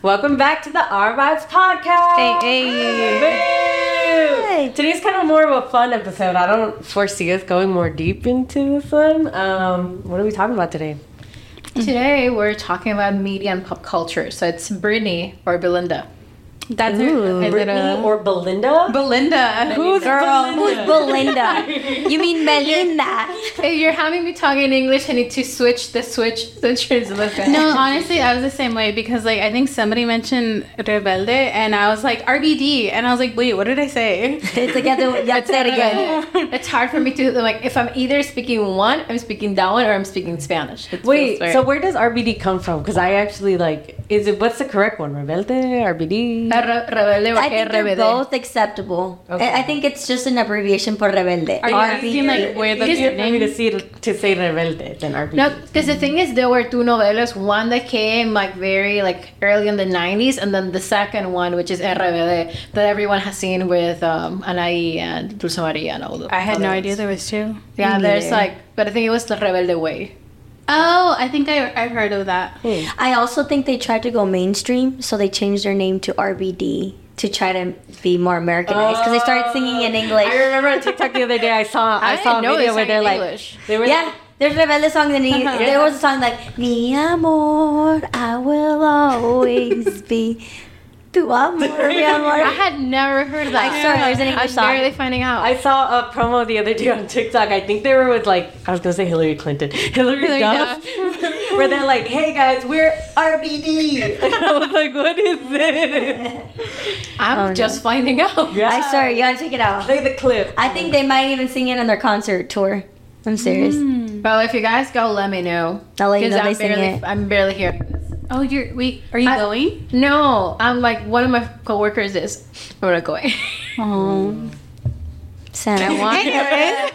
Welcome back to the R Vibes podcast. Hey, hey. Boo! Today's kind of more of a fun episode. I don't foresee us going more deep into this one. Um, what are we talking about today? Today we're talking about media and pop culture. So it's Brittany or Belinda. That's Ooh, her. Brittany or Belinda? Belinda. Who's Girl, Belinda? who's Belinda? you mean Belinda? If you're having me talk in English, I need to switch the switch the translation. No, honestly, I was the same way because like I think somebody mentioned Rebelde and I was like RBD and I was like, wait, what did I say? It's together. That's that again. It's hard for me to like if I'm either speaking one, I'm speaking that one, or I'm speaking Spanish. It feels Wait, weird. so where does RBD come from? Because I actually like, is it what's the correct one? Rebelde, RBD? Re- rebelde I or think they're RBD. both acceptable. I- Okay. I think it's just an abbreviation for rebelde. Are you asking like where the It's easier for me name to see to say Rebelde than RBD. No, because the thing is, there were two novellas. One that came like very like early in the '90s, and then the second one, which is RBD, that everyone has seen with um, Anaí and Dulce Maria and all those. I had no other idea ones. there was two. Yeah, Me there's neither. like, but I think it was the Rebelde way. Oh, I think I, I've heard of that. I also think they tried to go mainstream, so they changed their name to RBD to try to be more Americanized because they started singing in English. I remember on TikTok the other day I saw I, saw a didn't know video they where sang they're in like English. they were Yeah, there's rebelde songs and he- there was a song like "Mi amor, I will always be tu amor, mi I amor." had never heard of that. Like, sorry, there's an English I'm song. barely finding out. I saw a promo the other day on TikTok. I think they were with like I was gonna say Hillary Clinton, Hillary, Duff, where they're like, "Hey guys, we're RBD." And I was like, "What is this?" I'm just finding out. Yeah, I sorry, you gotta check it out. Play the clip. I think they might even sing it on their concert tour. I'm serious. Well, if you guys go, let me know. I'll let you 'Cause know they I'm sing barely, it. I'm barely hearing this. Oh, you're wait, are you I- going? No, I'm like one of my coworkers is. I'm not going. Oh, Santa. Want it? I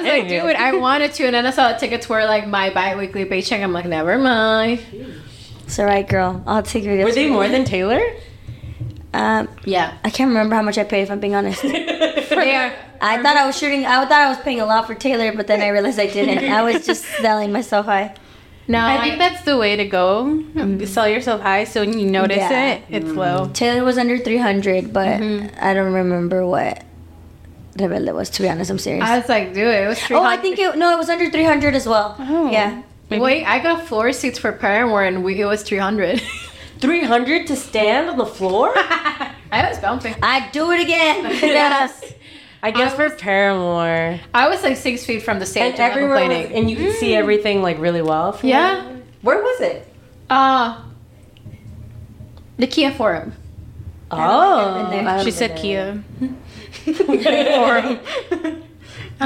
was like, Anyway. dude, I wanted to, and then I saw tickets were like my bi-weekly paycheck. I'm like, never mind. It's alright, girl. I'll take your Were they more than Taylor? Um, Yeah, I can't remember how much I paid. If I'm being honest, they are. I thought I was shooting. I thought I was paying a lot for Taylor, but then I realized I didn't. I was just selling myself high. No, I think that's the way to go. Sell yourself high so when you notice Yeah. it, it's low. Taylor was under 300, but I don't remember what Rebelde was. To be honest, I'm serious. I was like, dude, it was. oh, I think it. No, it was under 300 as well. Oh. Yeah. Maybe- Wait, I got four seats for Paramore, and we, it was 300. Three hundred to stand on the floor. I was bumping. I do it again. Yes. I guess for Paramore, I was like six feet from the stage, and and, I'm everyone, was- complaining. and you could see everything like really well. from Yeah. there. Where was it? Uh, the Kia Forum. Oh, She said Kia. forum.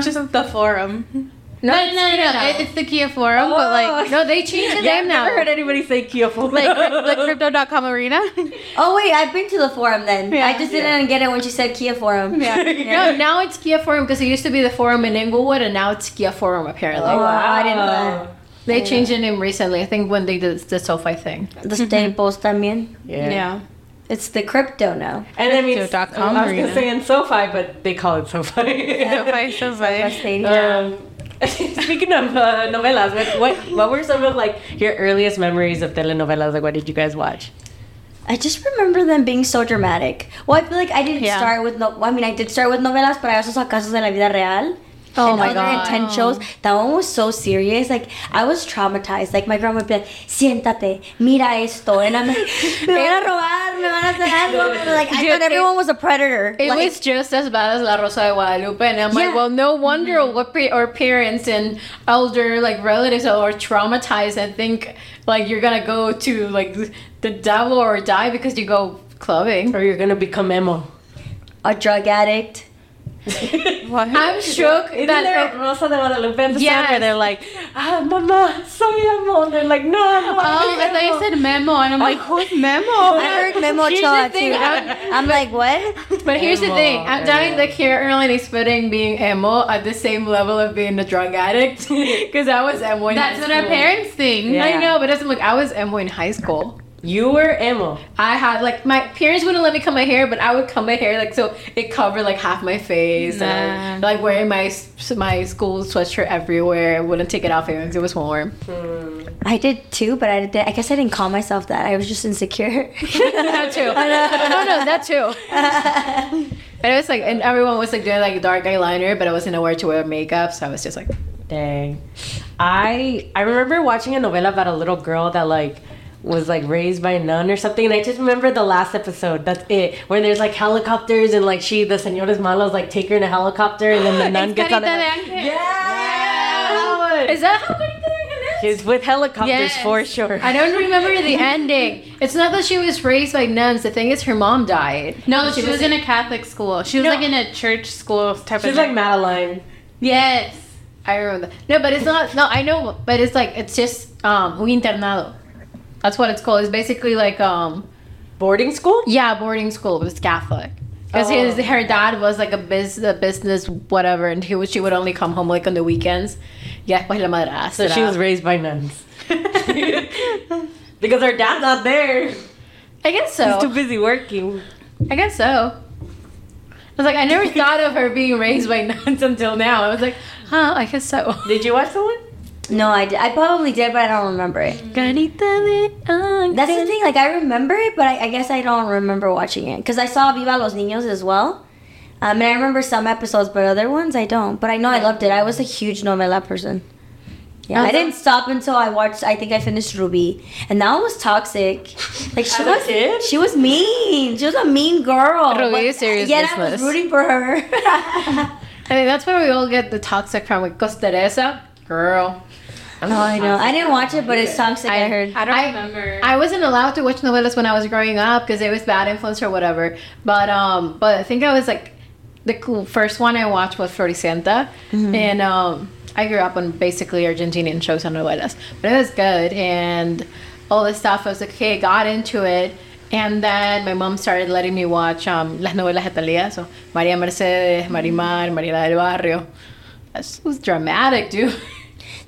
Just the forum. No, No, no, no, no. It- It's the Kia forum, but like no, they changed the Oh. Yeah, I've name now. never heard anybody say Kia Forum. like cryp- like crypto.com arena. Oh wait, I've been to the forum then. Yeah. I just didn't get it when she said Kia forum. No, now it's Kia Forum because it used to be the Forum in Inglewood, and now it's Kia Forum apparently. Oh, I didn't know that. They changed the name recently. I think when they did the SoFi thing. The staples también. Yeah. yeah. It's the crypto now. And I mean, I was Crypto.com going to arena. say in SoFi, but they call it SoFi. So funny, so Our funny. stadium. Um, speaking of uh, novelas, what, what what were some of like your earliest memories of telenovelas? Like, what did you guys watch? I just remember them being so dramatic. Well, I feel like I didn't Yeah. start with no. I mean, I did start with novelas, but I also saw Casos de la Vida Real. Oh and my other God. intense shows. That one was so serious. Like I was traumatized. Like my grandma would be like, "Siéntate, mira esto," and I'm like, "Me van a robar, me van a hacer algo." But, Like I Dude, thought it- everyone was a predator. It like, was just as bad as La Rosa de Guadalupe, and I'm Yeah. like, well, no wonder Mm-hmm. what pa- our parents and elder like relatives are traumatized and think like you're gonna go to like the devil or die because you go clubbing. Or you're gonna become emo? a drug addict. What? I'm shook Isn't that there Rosa de Guadalupe episode where Yes. they're like, "Ah, mama, soy emo," and they're like, "No, I'm not." Oh, I thought you said memo, and I'm like, who's I memo? heard Memo Here's the Ochoa too. thing, I'm, I'm like, what? But here's the Emo, thing, I'm dying emo. to hear Erlen explaining being emo at the same level of being a drug addict because I was emo. In That's high what our school. parents think. Yeah. I know, but that's like I was emo in high school. You were emo. I had like my parents wouldn't let me cut my hair, but I would cut my hair like so it covered like half my face and I would, like wearing my s- my school sweatshirt everywhere. I wouldn't take it off even because it was warm. I did too, but I did. I guess I didn't call myself that. I was just insecure. that too. no, no, that too. And it was like, and everyone was like doing like dark eyeliner, but I wasn't aware to wear makeup, so I was just like, Dang. I I remember watching a novela about a little girl that like was like raised by a nun or something, and I just remember the last episode. That's it, where there's like helicopters and like she, the señoras malas, like take her in a helicopter, and then the nun gets out. Of Carita it. de Angel. Yeah, that one. is that how Carita Dagnan is? She's with helicopters Yes. for sure. I don't remember the ending. It's not that she was raised by nuns. The thing is, her mom died. No, she, was in a Catholic school. She was No. like in a church school type She's of like Madeline. Yes. I remember that. No, but it's not. No, I know, but it's like it's just um un internado. That's what it's called. It's basically like um Boarding school? yeah boarding school. But it's Catholic. Because Oh. his her dad was like a biz a business whatever, and he would she would only come home like on the weekends. Yeah, pues la So madrastra. she was raised by nuns. because her dad's not there. I guess He's too so. busy working. I guess so. I was like, I never thought of her being raised by nuns until now. I was like, huh, I guess so. Did you watch the one? no, I did. I probably did, but I don't remember it. That's the thing. Like I remember it, but I, I guess I don't remember watching it because I saw Viva los Niños as well. Um, and I remember some episodes, but other ones I don't. But I know I loved it. I was a huge novela person. Yeah, I Also- didn't stop until I watched. I think I finished Ruby, and that one was toxic. Like As she a was, kid? she was mean. She was a mean girl. Ruby but is serious Yet I was business. rooting for her. I mean, that's where we all get the toxic from. Like, Costa Teresa, girl. No, I know. I didn't watch it, but it's toxic. I, heard. I don't I- remember. I wasn't allowed to watch novellas when I was growing up because it was bad influence or whatever. But um, but I think I was like the cool first one I watched was Floricienta, and um, I grew up on basically Argentinian shows and novellas, but it was good and all this stuff. I was like, okay, got into it. And then my mom started letting me watch um, las novelas de Thalía, so María Mercedes, Marimar, Mariela del Barrio. That was dramatic, dude.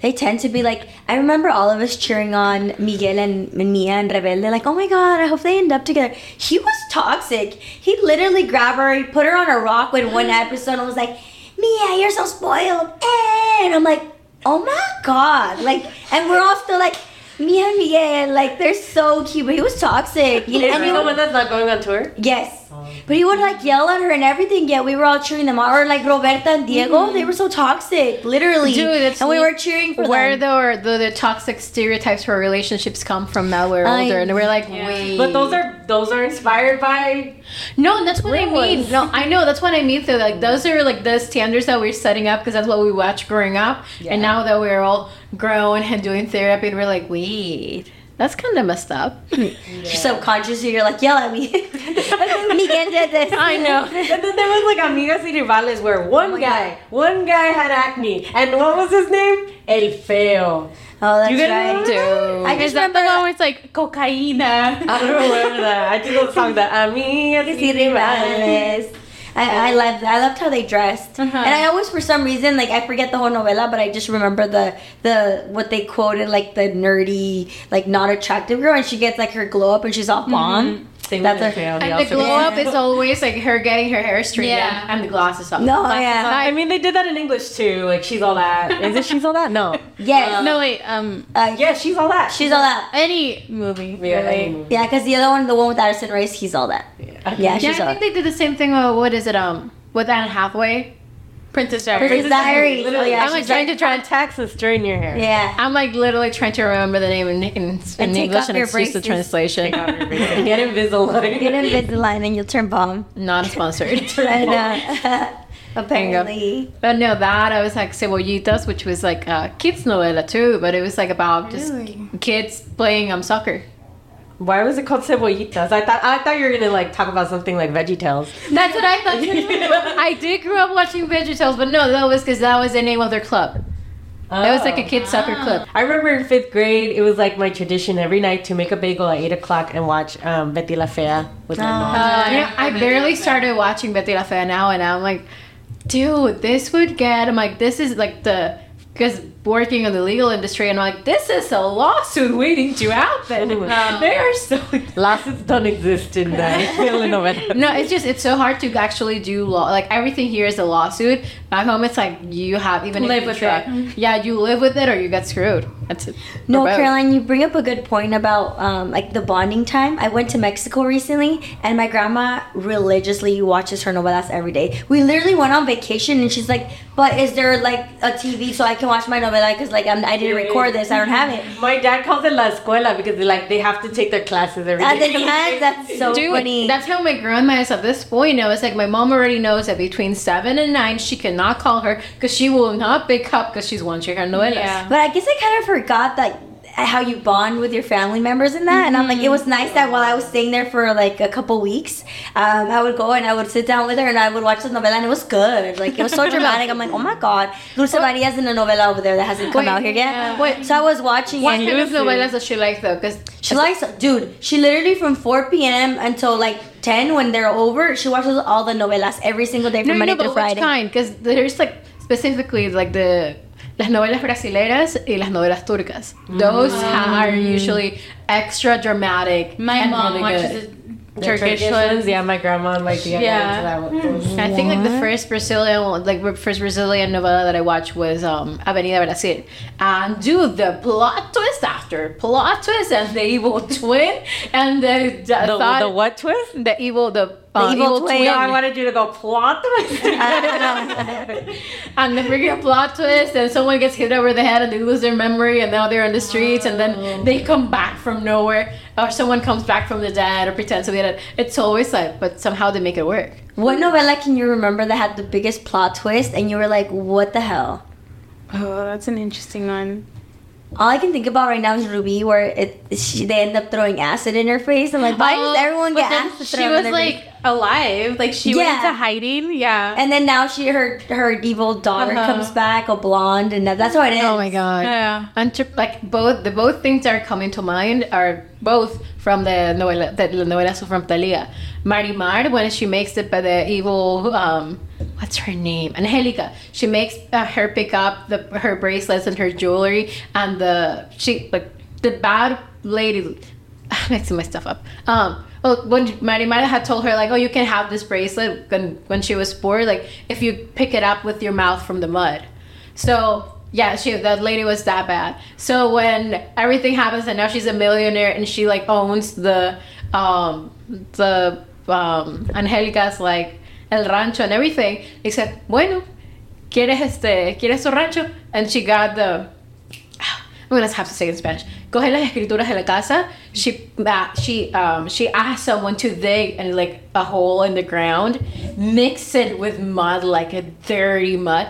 They tend to be like. I remember all of us cheering on Miguel and, and Mia and Rebelde. Like, oh my god, I hope they end up together. He was toxic. He literally grabbed her, he put her on a rock in one episode, and was like, "Mia, you're so spoiled." Eh, And I'm like, oh my god, like, and we're all still like, Mia and Miguel, like they're so cute, but he was toxic. You know, Is and he he the would- one that's not going on tour? Yes. But he would like yell at her and everything. Yeah, we were all cheering them on. Or like Roberta and Diego, they were so toxic, literally. Mm-hmm. Dude, it's and we like were cheering for where them. the, the the toxic stereotypes for relationships come from now we're I- older and we're like Yeah. wait But those are those are inspired by no and that's what i Real mean ones. no i know that's what i mean though like those are like the standards that we're setting up because that's what we watched growing up and now that we're all grown and doing therapy and we're like wait that's kind of messed up You're subconsciously, you're like, yell at me. Miguel did this. i know And then there was like amigas y rivales where one guy, one guy had acne, and what was his name? El feo. Oh, that's You guys right. remember dude I Is just that the remember. one where it's like cocaína? I don't remember that. I think it was song that um, amigas y rivales. I, I loved I loved how they dressed, Uh-huh. and I always for some reason like I forget the whole novela, but I just remember the the what they quoted like the nerdy like not attractive girl, and she gets like her glow up and she's all blonde. Same That's with a- El Feo, and also the glow did. up is always like her getting her hair straightened Yeah. and the glasses off No, yeah. I mean, they did that in English too. Like she's all that. Is it she's all that? No. Yes. no wait, um Uh, Yeah, she's all that. She's all that. any movie. yeah, really. really. Yeah, because the other one, the one with Addison Rice, he's all that. Yeah, yeah she's i all think that. they did the same thing uh, what is it um with anne hathaway Princess Diaries. Princess Diaries. Oh, yeah, I'm she's trying to try. Taxes during your hair. Yeah. I'm like literally trying to remember the name in, in, in take English off and your it's just the braces. translation. Get Invisalign. Get Invisalign and you'll turn bomb. Not sponsored. And, uh, apparently. but no, that I was like cebollitas, which was like a kids novela too, but it was like about just kids playing um soccer. Why was it called cebollitas? I thought I thought you were gonna like talk about something like Veggie Tales. That's what I thought. I did grow up watching VeggieTales, but no, that was because that was the name of their club. That was like Oh. a kids soccer club. Oh. I remember in fifth grade, it was like my tradition every night to make a bagel at eight o'clock and watch um, Betty La Fea with my mom. Uh, you know, I barely started watching Betty La Fea now, and I'm like, dude, this would get. I'm like, this is like the because working in the legal industry, and I'm like, this is a lawsuit waiting to happen. Um, they are so. Lawsuits don't exist in that Illinois. No, it's just it's so hard to actually do law. Like everything here is a lawsuit. Back home, it's like you have even if Live you with try- Yeah, you live with it or you get screwed. That's it. No, Or both. Caroline, you bring up a good point about um, like the bonding time. I went to Mexico recently, and my grandma religiously watches her novelas every day. We literally went on vacation, and she's like, "But is there like a TV so I can watch my novela? Because like I'm, I didn't record this, I don't have it." My dad calls it la escuela because they like they have to take their classes every At the day. time, that's so Dude, funny. that's how my grandma is at this point. Now it's like my mom already knows that between seven and nine she cannot call her because she will not pick up because she's watching her novelas. Yeah. But I guess I kind of forgot that how you bond with your family members and that. And I'm like, it was nice that while I was staying there for like a couple weeks, um, I would go and I would sit down with her and I would watch the novela and it was good. Like it was so dramatic. I'm like, oh my god, Dulce Maria's in a novela over there that hasn't come Wait, out here yet. yeah. Wait. so I was watching What it. kind of novelas does she like though? Because She likes, dude. She literally from 4 p.m. until like 10 when they're over. She watches all the novelas every single day from no, no, Monday but to which Friday. kind? Because there's like specifically like the las novelas brasileras y las novelas turcas. Those ha- are usually extra dramatic. Mm. My and mom really watches good. the The Turkish ones. yeah, my grandma and my tia. Yeah. Yeah. That one. I think like the first Brazilian, one- like the first Brazilian novella that I watched was um, Avenida Brasil, and dude, the plot twist after plot twist and the evil twin and the the, The, thought- the what twist? the evil the, uh, The evil twin. No, I wanted you to go plot twist. and the freaking plot twist and someone gets hit over the head and they lose their memory and now they're on the streets and then they come back from nowhere or someone comes back from the dead or pretends to be dead. It's always like, but somehow they make it work. What novella can you remember that had the biggest plot twist and you were like, what the hell? Oh, that's an interesting one. All I can think about right now is Ruby, where it she, they end up throwing acid in her face. I'm like, why does Oh, everyone but get then acid? She thrown was in their face? like alive. Like she Yeah. went into hiding. Yeah. and then now she her her evil daughter Uh-huh. comes back, a blonde, and that- that's what it is. Oh my god. yeah. Entre- like both the both things that are coming to mind are both from the novela the, the novelas from Talia. Marimar when she makes the, the evil um what's her name Angelica she makes uh, her pick up the her bracelets and her jewelry and the she like the bad lady I'm mixing my stuff up um Oh, when Marimar had told her like, "Oh, you can have this bracelet," when when she was poor, like if you pick it up with your mouth from the mud, so yeah, she that lady was that bad. So when everything happens and now she's a millionaire and she like owns the um the um Angelica's like el rancho and everything, they said, Bueno, quieres este quieres su rancho? And she got the I'm gonna have to say it in Spanish. Coge las escrituras de la casa. She uh, she um she asked someone to dig and like a hole in the ground, mix it with mud like a dirty mud,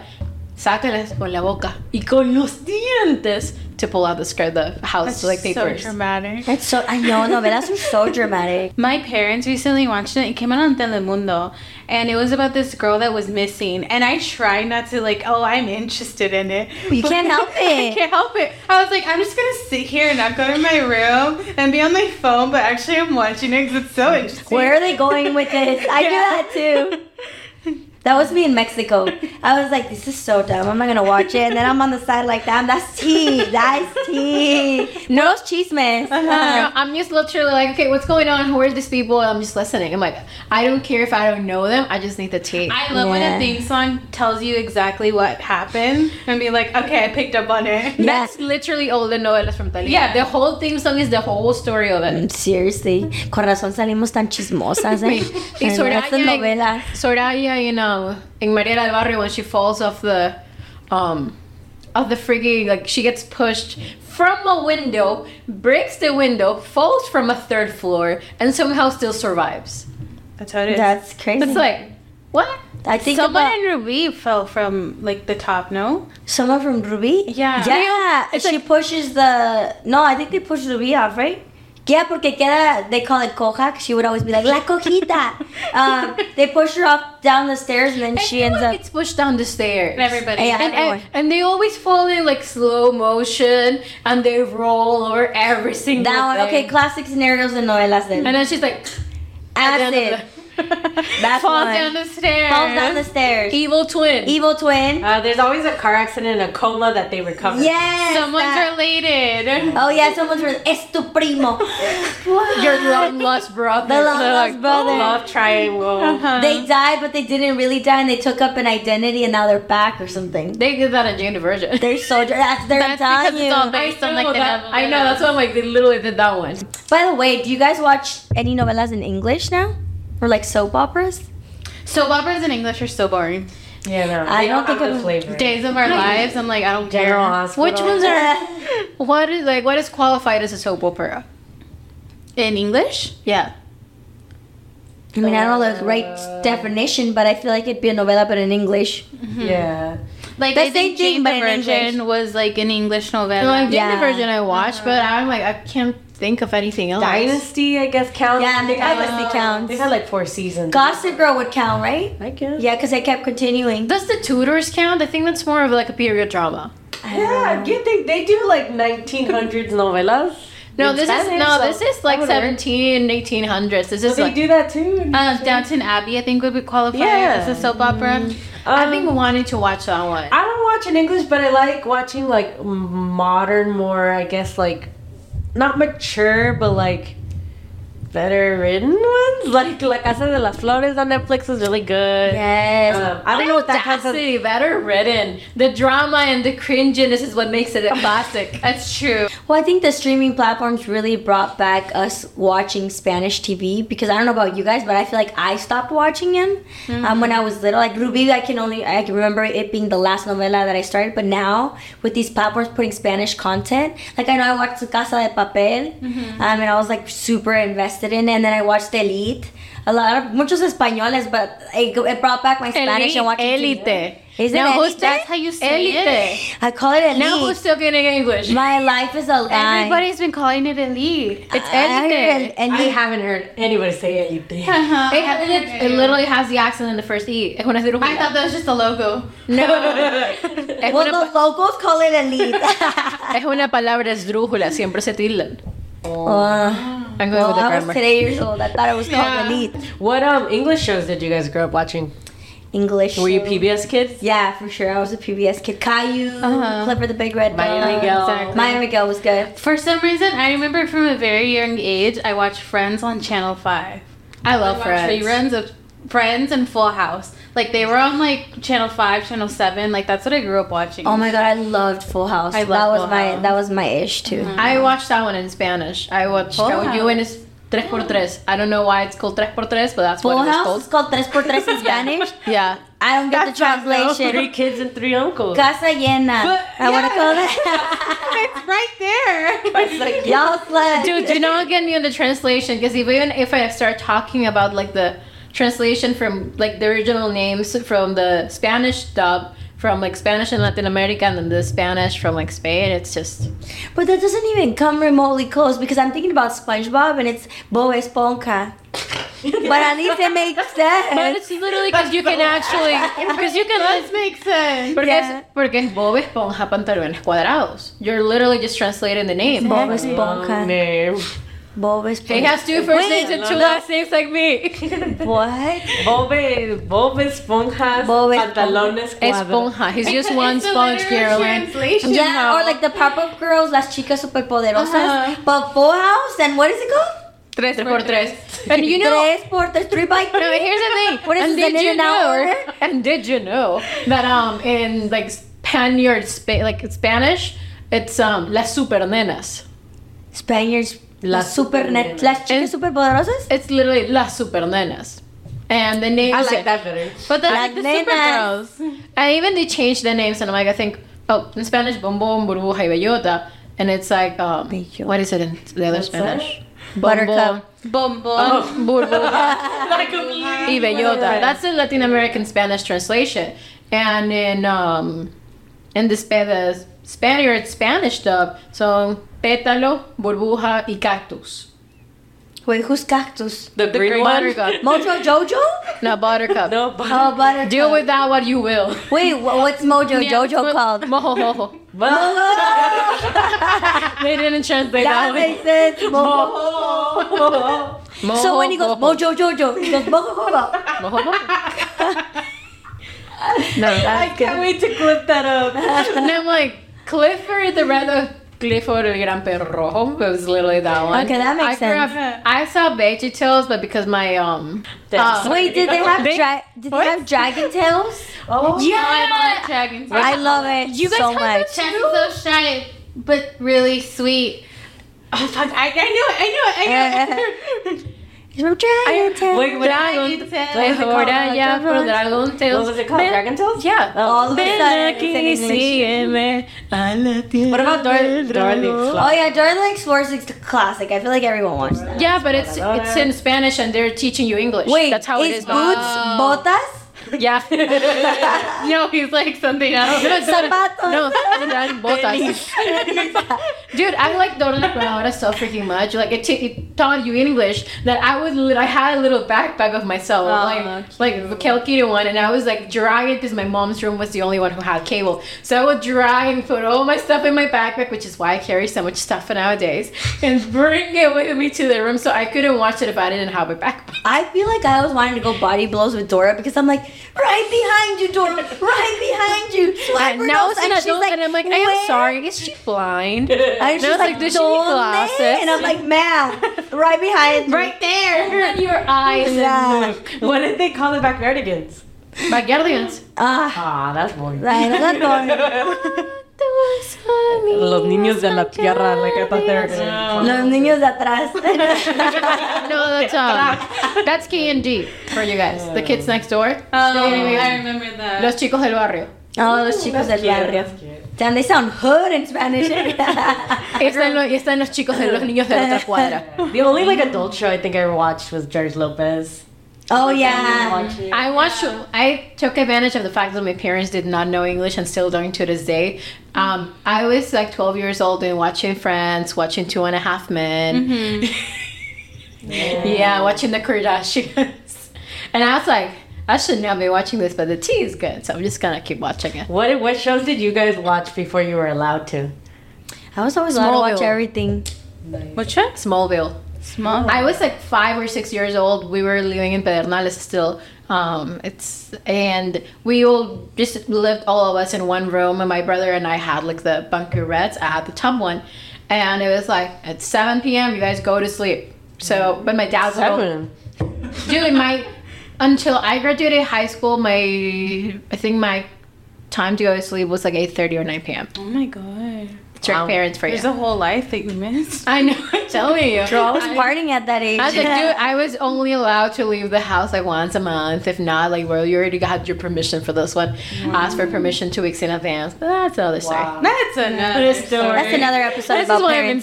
sácalas con la boca y con los dientes to pull out the scar the house like papers. so dramatic. That's so I know novelas are so dramatic. My parents recently watched it. It came out on Telemundo, and it was about this girl that was missing. And I tried not to like, oh, I'm interested in it. You can't help I it. can't help it. I was like, I'm just gonna sit here and not go to my room and be on my phone. But actually, I'm watching it because it's so interesting. Where are they going with this? I do that too. That was me in Mexico. I was like, this is so dumb. I'm not gonna watch it. And then I'm on the side like, damn, that's tea. That's tea. No, those chismes. uh-huh. Uh-huh. No, I'm just literally like, okay, what's going on? Who are these people? I'm just listening. I'm like, I don't care if I don't know them. I just need the tape. I love when Yeah. a theme song tells you exactly what happened and be like, okay, I picked up on it. Yeah. That's literally all the novelas from Talia. Yeah, the whole theme song is the whole story of it. Mm, Seriously, con razón salimos tan chismosas, eh? Y I know, Soraya, that's the novela. Soraya, you know, in Maria del Barrio when she falls off the, um, of the frigging like she gets pushed from a window, breaks the window, falls from a third floor, and somehow still survives. That's how it is. That's crazy. It's like, what? I think Someone about in Ruby fell from like the top, no? someone from Ruby. Yeah. Yeah, It's she pushes the. No, I think they push Ruby off, right? Yeah, porque queda. They call it coja. 'cause She would always be like la cojita. um, they push her off down the stairs, and then she ends Everyone up. gets pushed down the stairs. Everybody. Yeah. and, eh, everyone. and, and they always fall in like slow motion and they roll over every single Down. thing. Okay, classic scenarios and novelas. Then And then she's like, acid. the- That's falls one. down the stairs. Falls down the stairs. Evil twin. Evil twin. Uh, there's always a car accident, and a coma that they recover. Yes. Someone's that- related. Oh yeah, someone's really. Es tu primo. Your long lost brother. The long They're "Oh." lost brother. Love triangle. Uh-huh. They died, but they didn't really die, and they took up an identity, and now they're back or something. They did that in Universion. They're soldier. That's their That's because it's all based on know like the that- level I of- know, that's why I'm like, they literally did that one. By the way, do you guys watch any novelas in English now, or like soap operas? Soap operas in English are so boring. Yeah, no. I they don't think have the I've- flavor. Days of Our Lives, I'm like, I don't care. General Hospital. Which ones are Uh, What is like what is qualified as a soap opera? in English? Yeah. I mean, I don't know the right definition, but I feel like it'd be a novela, but in English. Yeah. Like The I same think thing, Jane but the in English. Virgin was like an English novella. No, like Yeah. yeah. Universion I watched, but Uh-huh. I'm like I can't think of anything else. Dynasty, I guess, counts. Yeah, They had, like, Dynasty They've counts. had like four seasons. Gossip Girl would count, right? I guess. Yeah, because I kept continuing. Does the Tudors count? I think that's more of like a period drama. I don't Yeah, know. yeah they, they do like 1900s novelas. No, in this is Spanish, no, so this is like that would work. 17, 1800s. This So is they like do that too. in- Uh, Downton Abbey, I think would be qualified Yeah. as a soap opera. Mm. I've Um, been wanting to watch that one. I don't watch in English, but I like watching like m- modern, more I guess like not mature, but like better written ones. Like La Casa de las Flores on Netflix is really good. Yes. Um, I don't know what that counts as. Audacity, better written. The drama and the cringiness is what makes it a classic. That's true. Well, I think the streaming platforms really brought back us watching Spanish TV because I don't know about you guys, but I feel like I stopped watching them Mm-hmm. um, when I was little. Like Ruby, I can only I can remember it being the last novela that I started. But now with these platforms putting Spanish content, like I know I watched Casa de Papel, Mm-hmm. um, and I was like super invested in, it. and then I watched Elite. A lot of muchos españoles, but it, it brought back my Spanish and watching TV. Elite. Is it Now who's Elite? That's how you say it. Elite. I call it Elite. Now who's still getting English? my life is a lie. Everybody's been calling it elite. It's I heard Elite. El- I Elite. haven't heard anybody say anything. Uh-huh. It, ha- it, it literally has the accent in the first E. Es una I cirugía. thought that was just a logo. Es Well, una, the locals call it elite. es una palabra esdrújula, siempre se tildan. Wow. I'm going well, with the Uh, I was grammar. today years old. I thought it was called Yeah. elite. What um English shows did you guys grow up watching? English. Were you PBS kids? Yeah, for sure. I was a PBS kid. Caillou, Uh-huh. Clifford the Big Red Maya Dog. Miguel. Exactly. Maya Miguel was good. For some reason, I remember from a very young age, I watched Friends on Channel 5. I love Friends. Friends. Reruns of Friends and Full House. Like, they were on, like, Channel 5, Channel 7. Like, that's what I grew up watching. Oh my god, I loved Full House. I that love was Full my House. that was my ish too. I watched that one in Spanish. I watched Full How You House. and it's 3x3. I don't know why it's called 3x3, but that's Full what it was House called. is called tres por tres in Spanish. Yeah. I don't get the Three translation. kids and three uncles. Casa llena. But- I want to yeah. call that. it's right there. It's like, Y'all slept. Dude, do not get me on the translation because even if I start talking about like the translation from like the original names from the Spanish dub from like Spanish and Latin America and then the Spanish from like Spain, it's just But that doesn't even come remotely close because I'm thinking about SpongeBob and it's Bob Esponja. but at least it makes but sense. it's literally because you can actually because you can This makes sense. porque Yeah. es, porque es Bob Esponja pantalones cuadrados. You're literally just translating the name. Bob long Esponja. name. Bob He Esponja. has two first Wait, names and two last names like me. What? Bob, E-, Bob Esponjas, Bob E-, Esponja. pantalones cuadrados. Esponja. He's just one sponge, Carolyn. Translation. Yeah, or like the pop-up girls, las chicas superpoderosas. Uh-huh. But Full House and what is it called? Tres por tres. And you know tres por tres, three by three. No, here's the thing. What is and this, did an you in-and-out know? order? And did you know that um in like Spaniard, spa- like Spanish, it's um las super nenas. Spaniards. Las Las super supernenas. net, las chicas superpoderosas. It's literally las super nenas, and the name. I like that better. But that's Las like the nenas. super girls. And even they changed the names, and I'm like, I think oh in Spanish, bombón, burbuja, y bellota, and it's like um Bellota. what is it in the other What's Spanish? Buttercup. Bombón. Bombón, burbuja. Like a y bellota. Whatever. That's the Latin American Spanish translation. And in um, in the, Spa- the Spaniard Spanish dub, so pétalo, burbuja y cactus. Wait, who's cactus? the, green, green one. buttercup. Mojo Jojo? No, buttercup. No, but, Oh, butter. Deal with that what you will. Wait, wha- what's Mojo Jojo called? Mojo mojo. but They didn't translate That that, Oh, makes sense. Mojo. so when he goes Mojo. mojo jojo, he goes mojo jojo. no, that's I can't wait to clip that up. And I'm like, Clifford the Red of Clifford el Gran Perro. It was literally that one. Okay, that makes I grew sense. up- I saw Veggie Tales, but because my um That's- uh, Wait, did they have They- dra- did they have dragon tails? Oh, yeah, I love Dragon Tail. I love it you guys so have much. them Dragon's so shy, but really sweet. Oh, fuck. I, I knew it. I knew it. I knew it. Dragon tails. Wait, what, Dragon Tail. was it called? Ahora ya Dragon Tails? por Dragon Tales. what was it called? Ven- Dragon Tales? Yeah. All of a Ven sudden, it's in aquí, English. sígueme a la tierra What about Dor- del Dora the dragón. Explorer? Oh yeah, Dora the Explorer's a classic. I feel like everyone watched that. Yeah, but it's it's in Spanish and they're teaching you English. Wait, that's how it is. Oh. is now. boots botas? Yeah. no, he's like something else. No, Zapatos. No, that's botas. Dude, I like Dora la Exploradora so freaking much. Like it, t- it taught you English that I would. Lit- I had a little backpack of myself, like like the Calcutta one, and I was like dragging because my mom's room was the only one who had cable. So I would drag and put all my stuff in my backpack, which is why I carry so much stuff nowadays, and bring it with me to the room so I couldn't watch it if I didn't have a backpack. I feel like I always wanted to go body blows with Dora because I'm like, right behind you, Dora, right behind you. Swipe her And now nose. it's an And she's adult, and I'm like, I "Where?" am sorry, is she blind? And she's it's like, like, does she need "Donde?" glasses? And I'm like, ma'am, right behind. Right. there! in your eyes. Yeah. What did they call the Backyardigans? Backyardigans. Ah, Ah, that's boring. right, I'm not going. Los niños de la tierra, like I thought they were gonna. Los niños de atrás. No, that's um, that's K and D for you guys. The kids next door. Oh, I remember that. Los chicos del barrio. oh, los chicos del barrio. Damn, they sound hood in Spanish. Y están los, y están los chicos de los niños de la otra cuadra. The only like adult show I think I ever watched was George Lopez. oh, yeah. Watch it. I watched. I took advantage of the fact that my parents did not know English and still don't to this day. Um, I was like 12 years old and watching Friends, watching Two and a Half Men. Yeah, watching the Kardashians. And I was like, I should not be watching this, but the tea is good, so I'm just gonna keep watching it. What what shows did you guys watch before you were allowed to? I was always allowed to watch Smallville. everything. What's that? Smallville. Small. I was like five or six years old. We were living in Pedernales still. Um, it's and we all just lived all of us in one room. And my brother and I had like the bunkerettes. I had the top one, and it was like at 7 p.m. You guys go to sleep. So, but my dad's like, Seven. dude my until i graduated high school my i think my time to go to sleep was like 8.30 or 9 p.m oh my god. trick Wow. parents for you There's a whole life that you missed. i know i'm telling you I was partying at that age. I was like, dude, I was only allowed to leave the house like once a month. If not, like, well, you already got your permission for this one. Asked for permission two weeks in advance, but that's another story. That's another That's story. That's another episode This is about why I'm in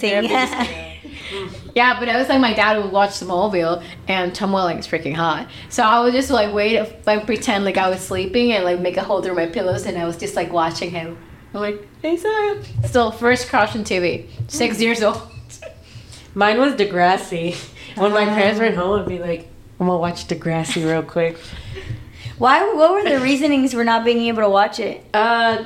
parenting. Yeah, but I was like, my dad would watch Smallville, and Tom Welling is freaking hot. So I would just like wait, like pretend like I was sleeping, and like make a hole through my pillows, and I was just like watching him. I'm like, Hey, Sam. Still, first crush on TV. Six years old. Mine was Degrassi. When Ah. my parents went home, I'd be like, I'm gonna watch Degrassi real quick. Why? What were the reasonings for not being able to watch it? Uh,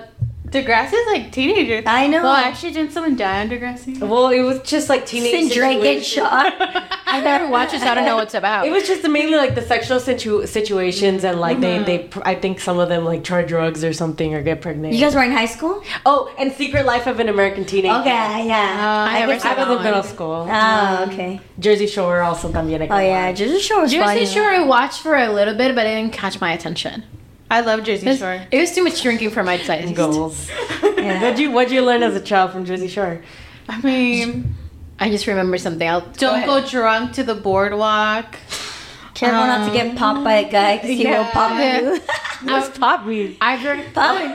Degrassi is like teenagers. I know. Well, Oh, actually, didn't someone die on Degrassi? well, it was just like teenage Since Drake and situations. Shaw. I've never watched this. I don't know what's about. It was just mainly like the sexual situ- situations and like Mm-hmm. they they pr- I think some of them like try drugs or something or get pregnant. You guys were in high school? oh, and Secret Life of an American Teenager. Okay, yeah. Uh, I I never was saw that in one. middle school. Oh, okay. Jersey Shore also también. I Oh could yeah, watch. Jersey Shore was funny. Jersey Shore, I watched for a little bit, but it didn't catch my attention. I love Jersey It Shore. was too much drinking for my taste. goals. Yeah. What'd you What'd you learn as a child from Jersey Shore? I mean, I just remember something. I'll don't ahead. go drunk to the boardwalk. Careful not to um, get popped by a guy because he will yeah. pop you. What's pop me? I grew- I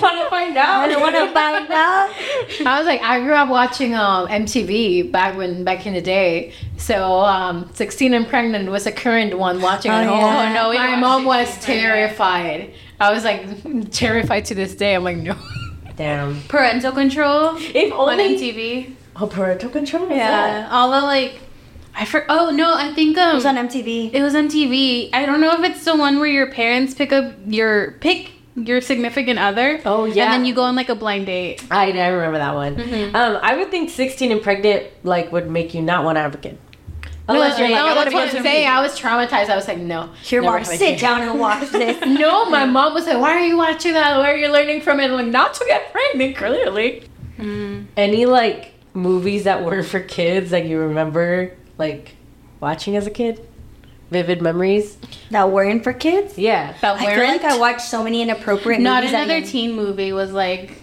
want to find I out. don't want to find out. I was like, I grew up watching um, MTV back when back in the day. So, um, 16 and pregnant was a current one watching at Oh, home. yeah. no, my mom was terrified. I was like terrified to this day. I'm like, no. Damn. Parental control If on only. MTV. Oh, parental control. is Yeah, all the like, I for oh no, I think um, It was on MTV. It was on TV. I don't know if it's the one where your parents pick up your pick your significant other. Oh, yeah. And then you go on like a blind date. I, Mm-hmm. I remember that one. Um, I would think 16 and pregnant like would make you not want to have a kid. No, Unless you're like, no, I wanna that's be what on TV. I'm saying. I was traumatized. I was like, no. Your never mom, having sit kids. down and watch this. No, my mom was like, why are you watching that? Where are you learning from it? I'm like, not to get pregnant, clearly. Any like movies that were for kids that you remember like watching as a kid? Vivid memories? That weren't for kids. Yeah. But I feel like I watched so many inappropriate Not movies. at another young- teen movie was like.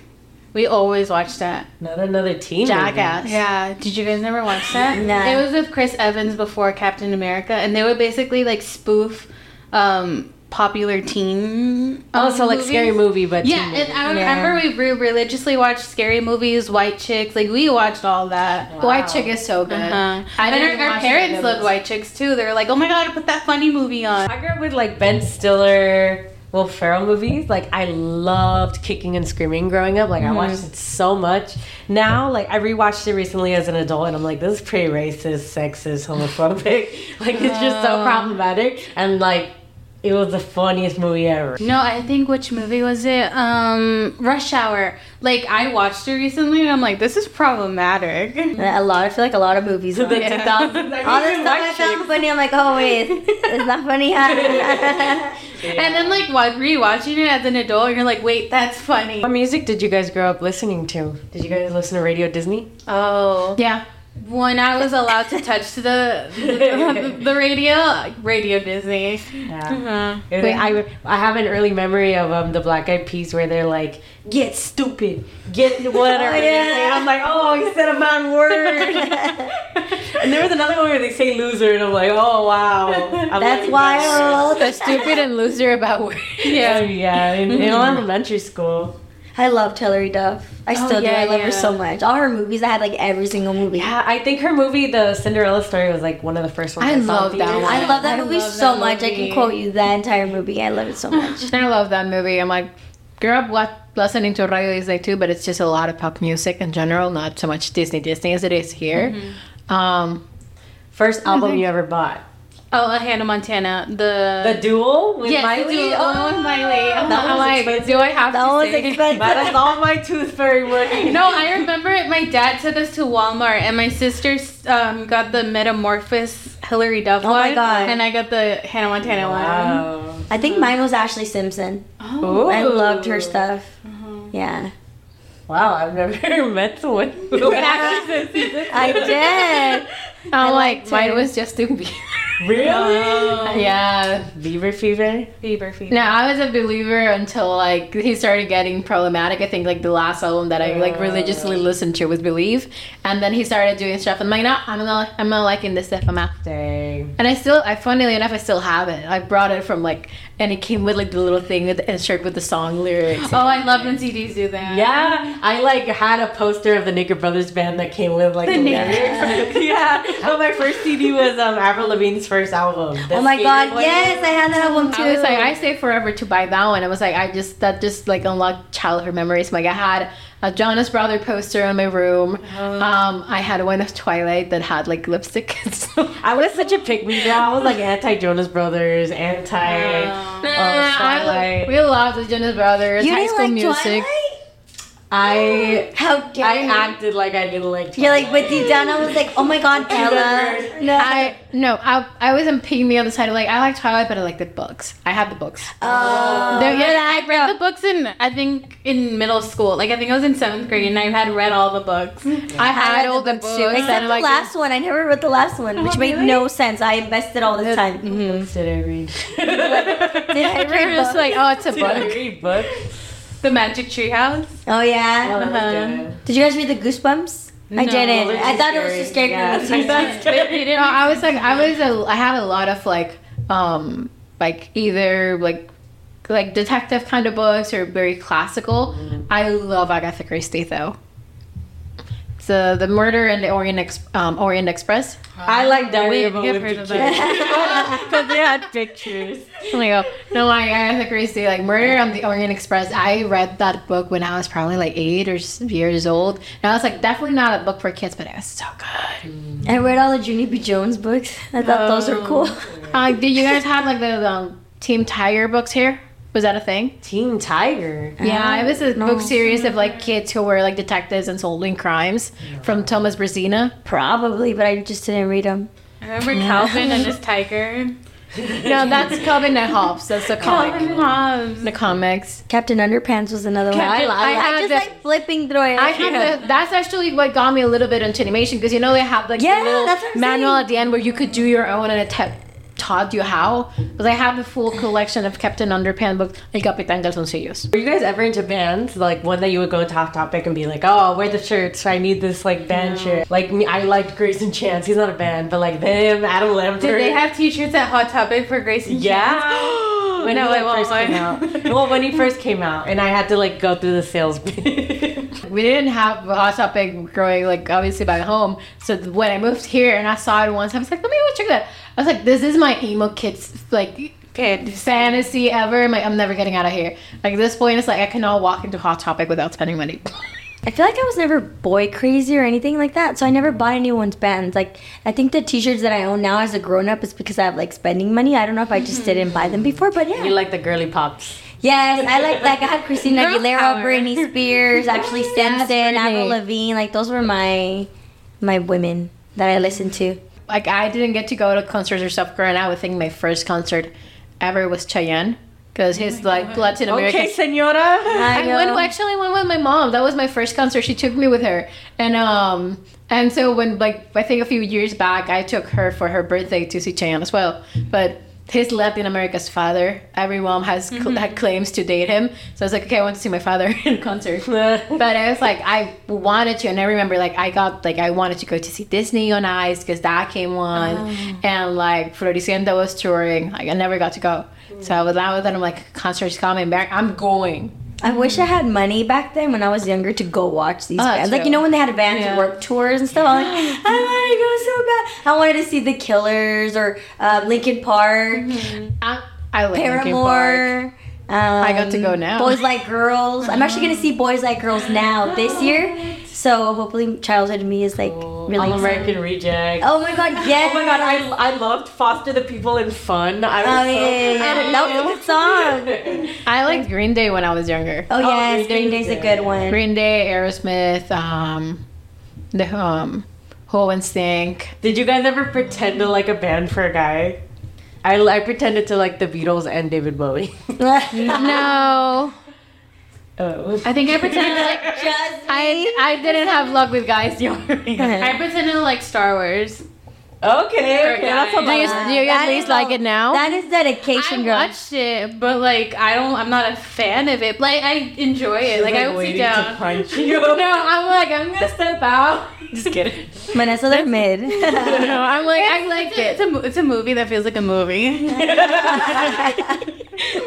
We always watched that. Not another teen. movie. Jackass. Yeah. Did you guys never watch that? Nah. It was with Chris Evans before Captain America, and they would basically like spoof um, popular teen. Oh, so like movies. scary movie, but teen Yeah, and movie. I Yeah. remember we re- religiously watched scary movies, White Chicks. Like we watched all that. White Chick is so good. Uh-huh. I didn't And our, our watch it, parents but it loved was- White Chicks too. They were like, "Oh my god, put that funny movie on." I grew up with like Ben Stiller, Will Ferrell movies. Like I loved Kicking and Screaming growing up. Like I watched it so much. Now, like I rewatched it recently as an adult, and I'm like, this is pretty racist, sexist, homophobic. like it's just so problematic. And like it was the funniest movie ever. No, I think which movie was it? Um, Rush Hour. Like I watched it recently, and I'm like, "This is problematic." A lot. I feel like a lot of movies. The All 2000s. this stuff I found funny. I'm like, oh wait, it's not funny. huh? And then like wa- rewatching it as an adult, you're like, "Wait, that's funny." What music did you guys grow up listening to? Did you guys listen to Radio Disney? Oh, Yeah. when I was allowed to touch the the, the, radio, Radio Disney. Yeah. Uh-huh. It was- I, I have an early memory of um, the Black Eyed Peas where they're like, get stupid, get whatever. Oh, yeah. And I'm like, oh, you said a bad word. and there was another one where they say loser, and I'm like, oh, wow. I That's like wild. The stupid and loser about where. that. Yeah, yeah, in, in elementary school. I loved Hilary Duff. I still do. yeah, I love her yeah. so much. All her movies, I had like every single movie. Yeah, I think her movie, The Cinderella Story, was like one of the first ones. I saw in love that theaters. one. I love that I movie love so that much. I movie. can quote you that entire movie. I love it so much. I love that movie. I'm like, grew up what, listening to Radio Disney too, but it's just a lot of pop music in general, not so much Disney Disney as it is here. Um, First album you ever bought. Oh, Hannah Montana. The The Duel with Yes, The Miley. Duel, oh, with Miley. That I'm was like, expensive. do I have That to was say? expensive. That is all my tooth fairy money. No, I remember it. My dad took us to Walmart, and my sister um, got the Metamorphosis Hillary Duff Oh my one, God. and I got the Hannah Montana one. Wow. I think mine was Ashley Simpson. Oh. I Ooh. loved her stuff. Yeah. Wow, I've never met someone who actually says she's a- I did. I'm like, mine was Justin Bieber. Really? yeah. Beaver fever? Bieber fever. No, I was a believer until like he started getting problematic. I think like the last album that I like religiously listened to was Believe, and then he started doing stuff. I'm like, no, I'm not, I'm not liking this stuff. I'm out. Dang. And I still, I funnily enough, I still have it. I brought it from like, and it came with like the little thing with the insert with the song lyrics. Oh, I loved when CDs do that. Yeah, I like had a poster of the Nickel Brothers band that came with like the, lyrics. yeah. Oh, my first CD was um Avril Lavigne's first album. The Oh my skater god, one. yes, I had that album too. I was like, I saved forever to buy that one. I was like, I just that just like unlocked childhood memories. Like I had a Jonas Brother poster in my room. Um, I had one of Twilight that had like lipstick. and stuff. I was such a pick me girl. I was like anti Jonas Brothers, anti. uh, Nah, Twilight. I, Oh, we loved the Jonas Brothers, you High didn't School like Music. Twilight? I How dare I you? acted like I didn't like. You're like, but deep down, I was like, oh my god, Ella. No. I no, I I was in pygmy on the side of like I like Twilight, but I like the books. I had the books. oh. They're- yeah, I read the books in I think in middle school. Like I think I was in seventh grade, and I had read all the books. I I had read all the books. books too, except and, the like, Oh, last one. I never read the last one, which made no sense. I invested all this time. Did Books did I read? I I read was books? like, oh, it's a did I book. read books? The Magic Tree House. Oh yeah. Oh, that was Uh-huh. good. Did you guys read the Goosebumps? I didn't. they're I too thought it was just scary. Yeah, movies. I thought it's scary. You know, I was like, I was a, I had a lot of like, um, like either like, like detective kind of books or very classical. I love Agatha Christie though. So the murder in the Orient Ex- um, Orient Express. I like Diary of a You've Wimpy heard of Kid because they had pictures. Oh my god. No, I Agatha Christie, like Murder on the Orient Express. I read that book when I was probably like eight or s- years old. And I was like, definitely not a book for kids, but it was so good. I read all the Junie B. Jones books. I thought those were cool. Uh, did you guys have like the um, Team Tiger books here? Was that a thing? Team Tiger. Yeah, it was a book series of like kids who were like detectives and solving crimes from Thomas Brezina. Probably, but I just didn't read them. I remember Calvin and his tiger. No, that's Calvin and Hobbes. That's the comic. Calvin Hobbes. The comics. Captain Underpants was another one. Captain- I I, I, had just the- like flipping through it. I had the, that's actually what got me a little bit into animation because you know they have like Yeah, the little that's what I'm manual saying. at the end where you could do your own and it ta- taught you how. Because I have the full collection of Captain Underpants books, El Capitán Calzoncillos. Were you guys ever into bands? Like one that you would go to Hot Topic and be like, "Oh, I'll wear the shirt, so I need this like band shirt." Like me, I liked Grayson Chance. He's not a band, but like them, Adam Lambert. Did they have T-shirts at Hot Topic for Grace and Yeah. Chance? When no, he, like, I won't. first came out. well, when he first came out, and I had to like go through the sales pitch. We didn't have a Hot Topic growing like obviously back home. So th- when I moved here and I saw it once, I was like, let me go check that. I was like, this is my emo kids like Pid. fantasy ever. I'm like, I'm never getting out of here. Like at this point, it's like I cannot walk into Hot Topic without spending money. I feel like I was never boy crazy or anything like that, so I never bought anyone's bands. Like, I think the T-shirts that I own now as a grown up is because I have like spending money. I don't know if I just didn't buy them before, but yeah. you like the girly pops. yes, I like like I had Christina Girl Aguilera, power. Britney Spears, actually Stinson, Avril Britney. Lavigne. Like those were my my women that I listened to. like I didn't get to go to concerts or stuff growing up. I think my first concert ever was Cheyenne because his like Latin American. Okay, senora. I um, I went know. actually went with my mom. That was my first concert. She took me with her, and um, and so when like I think a few years back, I took her for her birthday to see Cheyenne as well. But his Latin America's father, every mom has cl- had claims to date him. So I was like, okay, I want to see my father in a concert. But I was like, I wanted to, and I remember like I got like I wanted to go to see Disney on Ice because that came on, and like Floricienta was touring. Like I never got to go, so I was that was then I'm like concerts coming back. I'm going. I wish I had money back then when I was younger to go watch these Oh, bands. Like true. you know when they had bands Yeah. and work tours and stuff. I'm like, I want to go so bad. I wanted to see The Killers or uh, Linkin Park, I, I like Linkin Park. Paramore. Um, I got to go now. Boys Like Girls. I'm actually gonna see Boys Like Girls now this year. So hopefully, childhood me is like really. All excited. American Rejects. Oh my god! Yes. Oh my god, I, I loved Foster the People and Fun. I was so- Oh yeah, yeah, yeah. that was a good song. I liked Green Day when I was younger. Oh yes, Green Green Day's Day's a good one. Green Day, Aerosmith, um, the um, Hohenstink. Did you guys ever pretend to like a band for a guy? I, I pretended to like the Beatles and David Bowie. No, Oh. I think I pretended like Just I I didn't have luck with guys. You I pretended to like Star Wars. Okay, okay, that's do you, do you That at is least like a- it now? That is dedication, I girl. watched it, but like I don't. I'm not a fan of it. Like I enjoy it. Like, I would sit waiting to down. punch you. no, I'm like I'm gonna step out. Just kidding. Vanessa, they're mid. No, I'm like I It's liked a- it. It's a, mo- it's a movie that feels like a movie.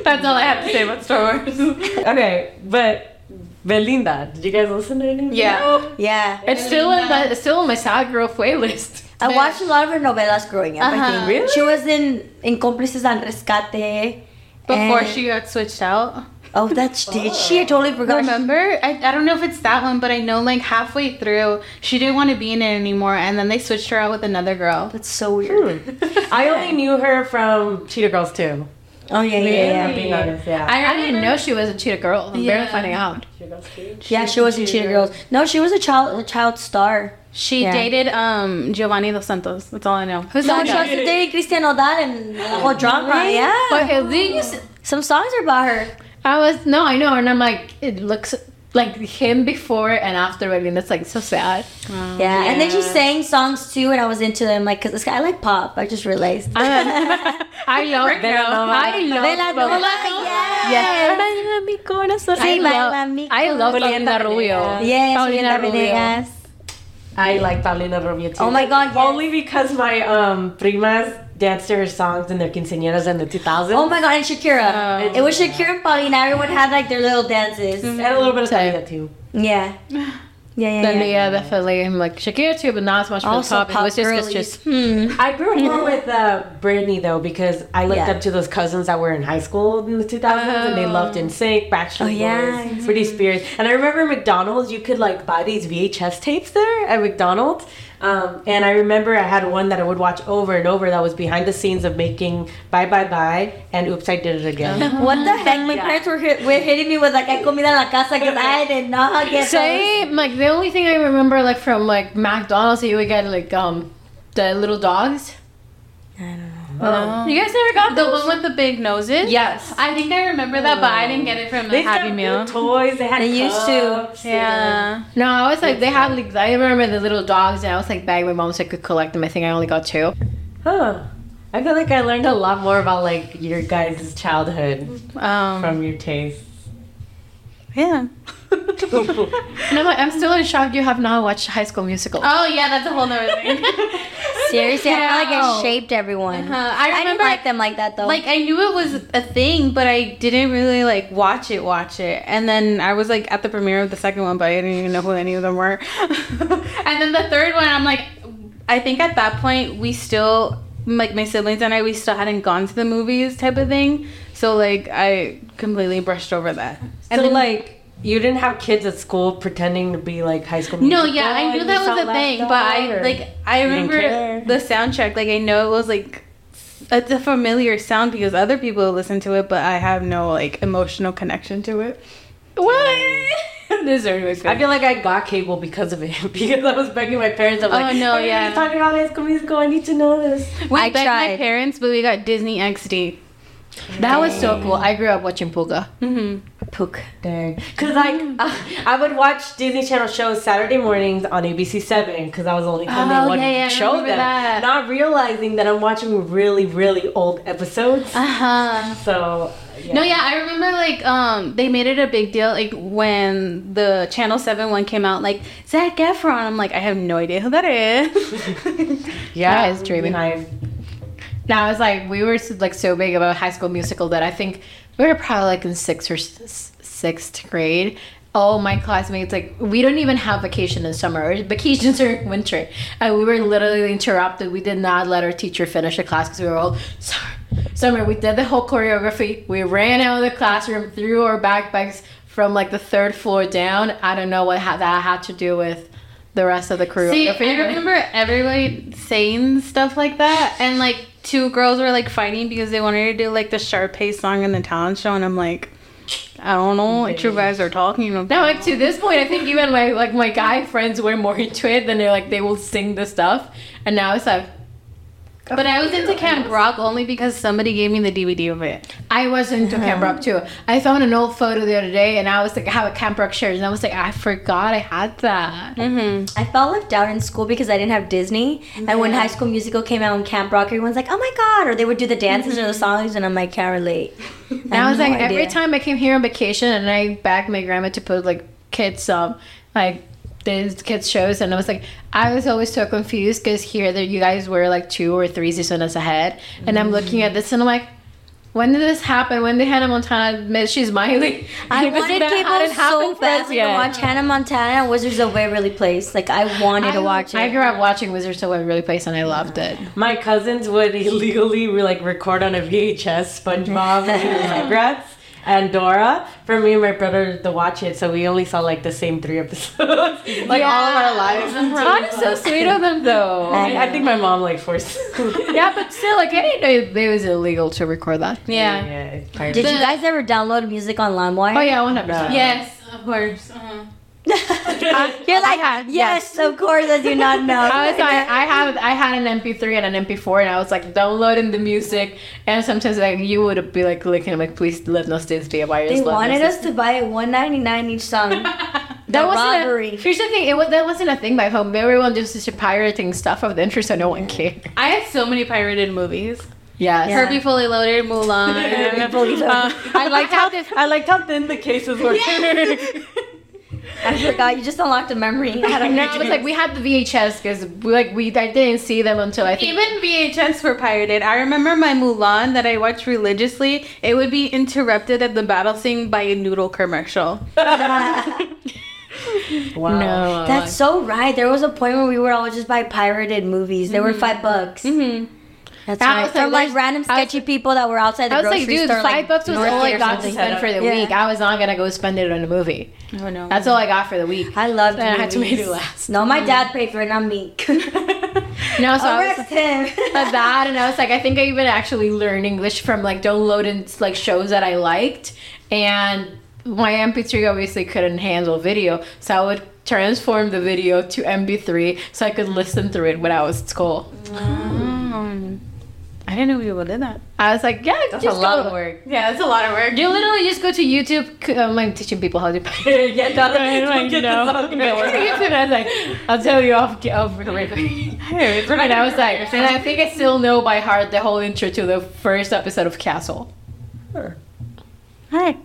That's all I have to say about Star Wars. okay, but Belinda, did you guys listen to anything? Yeah. No? yeah. It's still in my it's still in my sad girl playlist. I watched a lot of her novelas growing up, I Uh-huh. think. Really? She was in in Cómplices al Rescate. Before and- she got switched out. Oh, that's did she? I totally forgot. Remember? I, I don't know if it's that one, but I know like halfway through she didn't want to be in it anymore, and then they switched her out with another girl. That's so weird. Hmm. I only knew her from Cheetah Girls 2. Oh yeah, yeah, yeah. I'm being honest, yeah. I, I didn't know she was a cheetah girl. I'm barely Yeah. finding out. Cheetah Girls 2? yeah, she was in Cheetah Girls. No, she was a child a child star. She Yeah. dated um Giovanni dos Santos. That's all I know. Who's No, that she guy? also dated Christian Odal and the whole drama. But Yeah, at least some songs are about her. I was no, I know, and I'm like, it looks like him before and after Berlin. That's like so sad. Yeah. and then she sang songs too, and I was into them like because I like pop. I just realized. I I love I love Vela Nova, yes. Yes. I Sí, love, Bailando I love Belinda Paulina Rubio. Yes, Paulina Rubio. Venegas. I like Paulina Rubio too. Oh my god, yes. Only because my um primas danced to her songs in their quinceañeras in the 2000s. Oh my god, and Oh Shakira. it was Shakira and Paulina. Everyone had like their little dances. and a little bit of Same. Paulina too. Yeah. Yeah, yeah, Mm-hmm. Then, yeah. yeah, definitely. uh, I'm like Shakira too, but not as much for Also the pop. It was pop just, it's girlies. just I grew up more with uh, Britney though because I looked Yeah. up to those cousins that were in high school in the 2000s and they loved NSYNC, Backstreet Oh, yeah. Boys, Britney Spears, and I remember McDonald's. You could like buy these VHS tapes there at McDonald's, um, and I remember I had one that I would watch over and over. That was behind the scenes of making Bye Bye Bye and Oops I Did It Again. Hmm. What the heck? My parents were, hit, were hitting me with like, I comida en la casa because I did not get those. Same. Like the only thing I remember, like from like McDonald's, that you would get like um the little dogs. I don't know. No. You guys never got the one with the big noses? Yes. I think I remember that, but I didn't get it from the They Happy had Meal. new toys. They had They used to. cups, they had- yeah. No, I was like, they had like, I remember the little dogs, and I was like, begging my mom so I could collect them. I think I only got two. Huh. I feel like I learned a lot more about like your guys' childhood Um, from your taste. yeah. And I'm like, I'm still in shock you have not watched High School Musical. Oh yeah, that's a whole nother thing. Seriously, I feel like Wow. it shaped everyone. Uh-huh. I I, didn't remember- like them like that though. Like I knew it was a thing, but I didn't really like watch it, watch it. And then I was like at the premiere of the second one, but I didn't even know who any of them were. and then the third one, I'm like, I think at that point we still like my siblings and I we still hadn't gone to the movies type of thing. So like I completely brushed over that. And then- like you didn't have kids at school pretending to be like high school. No, musical, yeah, I and knew you that saw was a left thing, out, but I or- like I didn't remember care. the soundtrack. Like I know it was like it's a familiar sound because other people listen to it, but I have no like emotional connection to it. What? this is I feel like I got cable because of it because I was begging my parents. I'm Oh, like, no, yeah. "Everybody's talking about high school musical. I need to know this. we I I begged my tried. parents, but we got Disney XD. That was so cool. I grew up watching Puga. Mm-hmm. Pook. Dang. Cause like I, I would watch Disney Channel shows Saturday mornings on ABC Seven because I was only coming Oh, one yeah, yeah, I show remember them, that. not realizing that I'm watching really really old episodes. Uh huh. So yeah. No, yeah, I remember like um they made it a big deal like when the Channel Seven one came out. Like Zac Efron, I'm like I have no idea who that is. Yeah, it's dreaming. I, Now I was like, we were like so big about High School Musical that I think we were probably like in sixth or s- sixth grade. All my classmates like we don't even have vacation in summer or vacations are in winter, and we were literally interrupted. We did not let our teacher finish the class because we were all summer. Summer. We did the whole choreography. We ran out of the classroom, threw our backpacks from like the third floor down. I don't know what ha- that had to do with the rest of the choreography. See, I remember everybody saying stuff like that, and like two girls were like fighting because they wanted to do like the Sharpay song in the talent show, and I'm like, I don't know what you guys are talking about. No, like to this point, I think even my like my guy friends were more into it than they're like they will sing the stuff, and now it's like But I was into Camp Rock only because somebody gave me the DVD of it. I was into Camp Rock too. I found an old photo the other day, and I was like, I have a Camp Rock shirt, and I was like, I forgot I had that. Mm-hmm. I felt left out in school because I didn't have Disney. And when High School Musical came out in Camp Rock, everyone's like, "Oh my god!" Or they would do the dances or the songs, and I'm like, "Can't relate." And I was no like, every idea. time I came here on vacation, and I begged my grandma to put like kids um like these kids shows, and I was like, I was always so confused because here that you guys were like two or three seasons ahead, and I'm looking at this and I'm like. When did this happen? When did Hannah Montana admit she's Miley? I Because wanted that cable hadn't so happened for us fast to yet. watch Hannah Montana and Wizards of Waverly Place. Like I wanted to watch it. I grew up watching Wizards of Waverly Place and I loved it. my cousins would illegally re- like record on a VHS SpongeBob and Rugrats and Dora for me and my brother to watch it. So we only saw like the same three episodes, like all of our lives. That is so sweet of them though. I, I think my mom like forced. yeah, but still, like I didn't know it was illegal to record that. Yeah. it's Did pirated. you guys ever download music on LimeWire? Oh yeah, one hundred percent. Yes, of course. Uh-huh. You're like, had- yes, of course. I do not know. I was like, I have I had an MP3 and an MP4, and I was like downloading the music, and sometimes like you would be like clicking, like please let us this be a virus. they let no wanted sis us to buy it 199 each song. That The wasn't robbery. A, here's the thing. It was that wasn't a thing by home. Everyone just is pirating stuff of the interest, so no one cared. I had so many pirated movies. Yes. Yeah. Herbie Fully Loaded, Mulan. Uh, I liked how I liked how thin the cases were. I forgot. You just unlocked a memory. I don't No, know. it was like we had the VHS because like we I didn't see them until I think Even VHS were pirated. I remember my Mulan that I watched religiously. It would be interrupted at the battle scene by a noodle commercial. Wow. no. That's so right. There was a point where we would all just buy pirated movies. They were five bucks. Mm-hmm. That's I right. was From like, like there's- random I was- sketchy people that were outside the I was grocery like, dude, store. five like, bucks was North all I or got to something. spend for the Yeah. week. I was not gonna go spend it on a movie. Oh no. That's all I got for the week. I loved Then I had movies. to make it last. No, my dad paid for it, not me. No, Oh, so I was Arrest him. like that, and I was like, I think I even actually learned English from like downloading like shows that I liked, and my MP3 obviously couldn't handle video, so I would transform the video to MP3 so I could listen through it when I was at school. I didn't know people did that. I was like, yeah, That's just a lot go. of work. Yeah, that's a lot of work. You literally just go to YouTube. c- uh, I'm like teaching people how to pay. yeah, not Right, like, no. I was like, I'll tell you off off And I was like, and I think I still know by heart the whole intro to the first episode of Castle. Hi.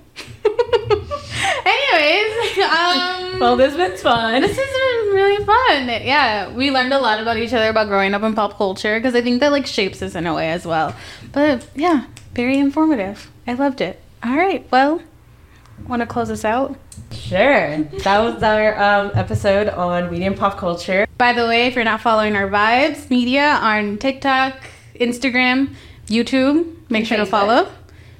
Anyways, um, Well, this was fun. this has been really fun. Yeah, we learned a lot about each other about growing up in pop culture because I think that like shapes us in a way as well. But yeah, very informative. I loved it. All right, well, want to close this out? Sure. That was our um, episode on media and pop culture. By the way, if you're not following our vibes media on TikTok, Instagram, YouTube, make sure to Facebook. follow.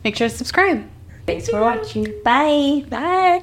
Make sure to subscribe. Thanks for watching. Bye. Bye.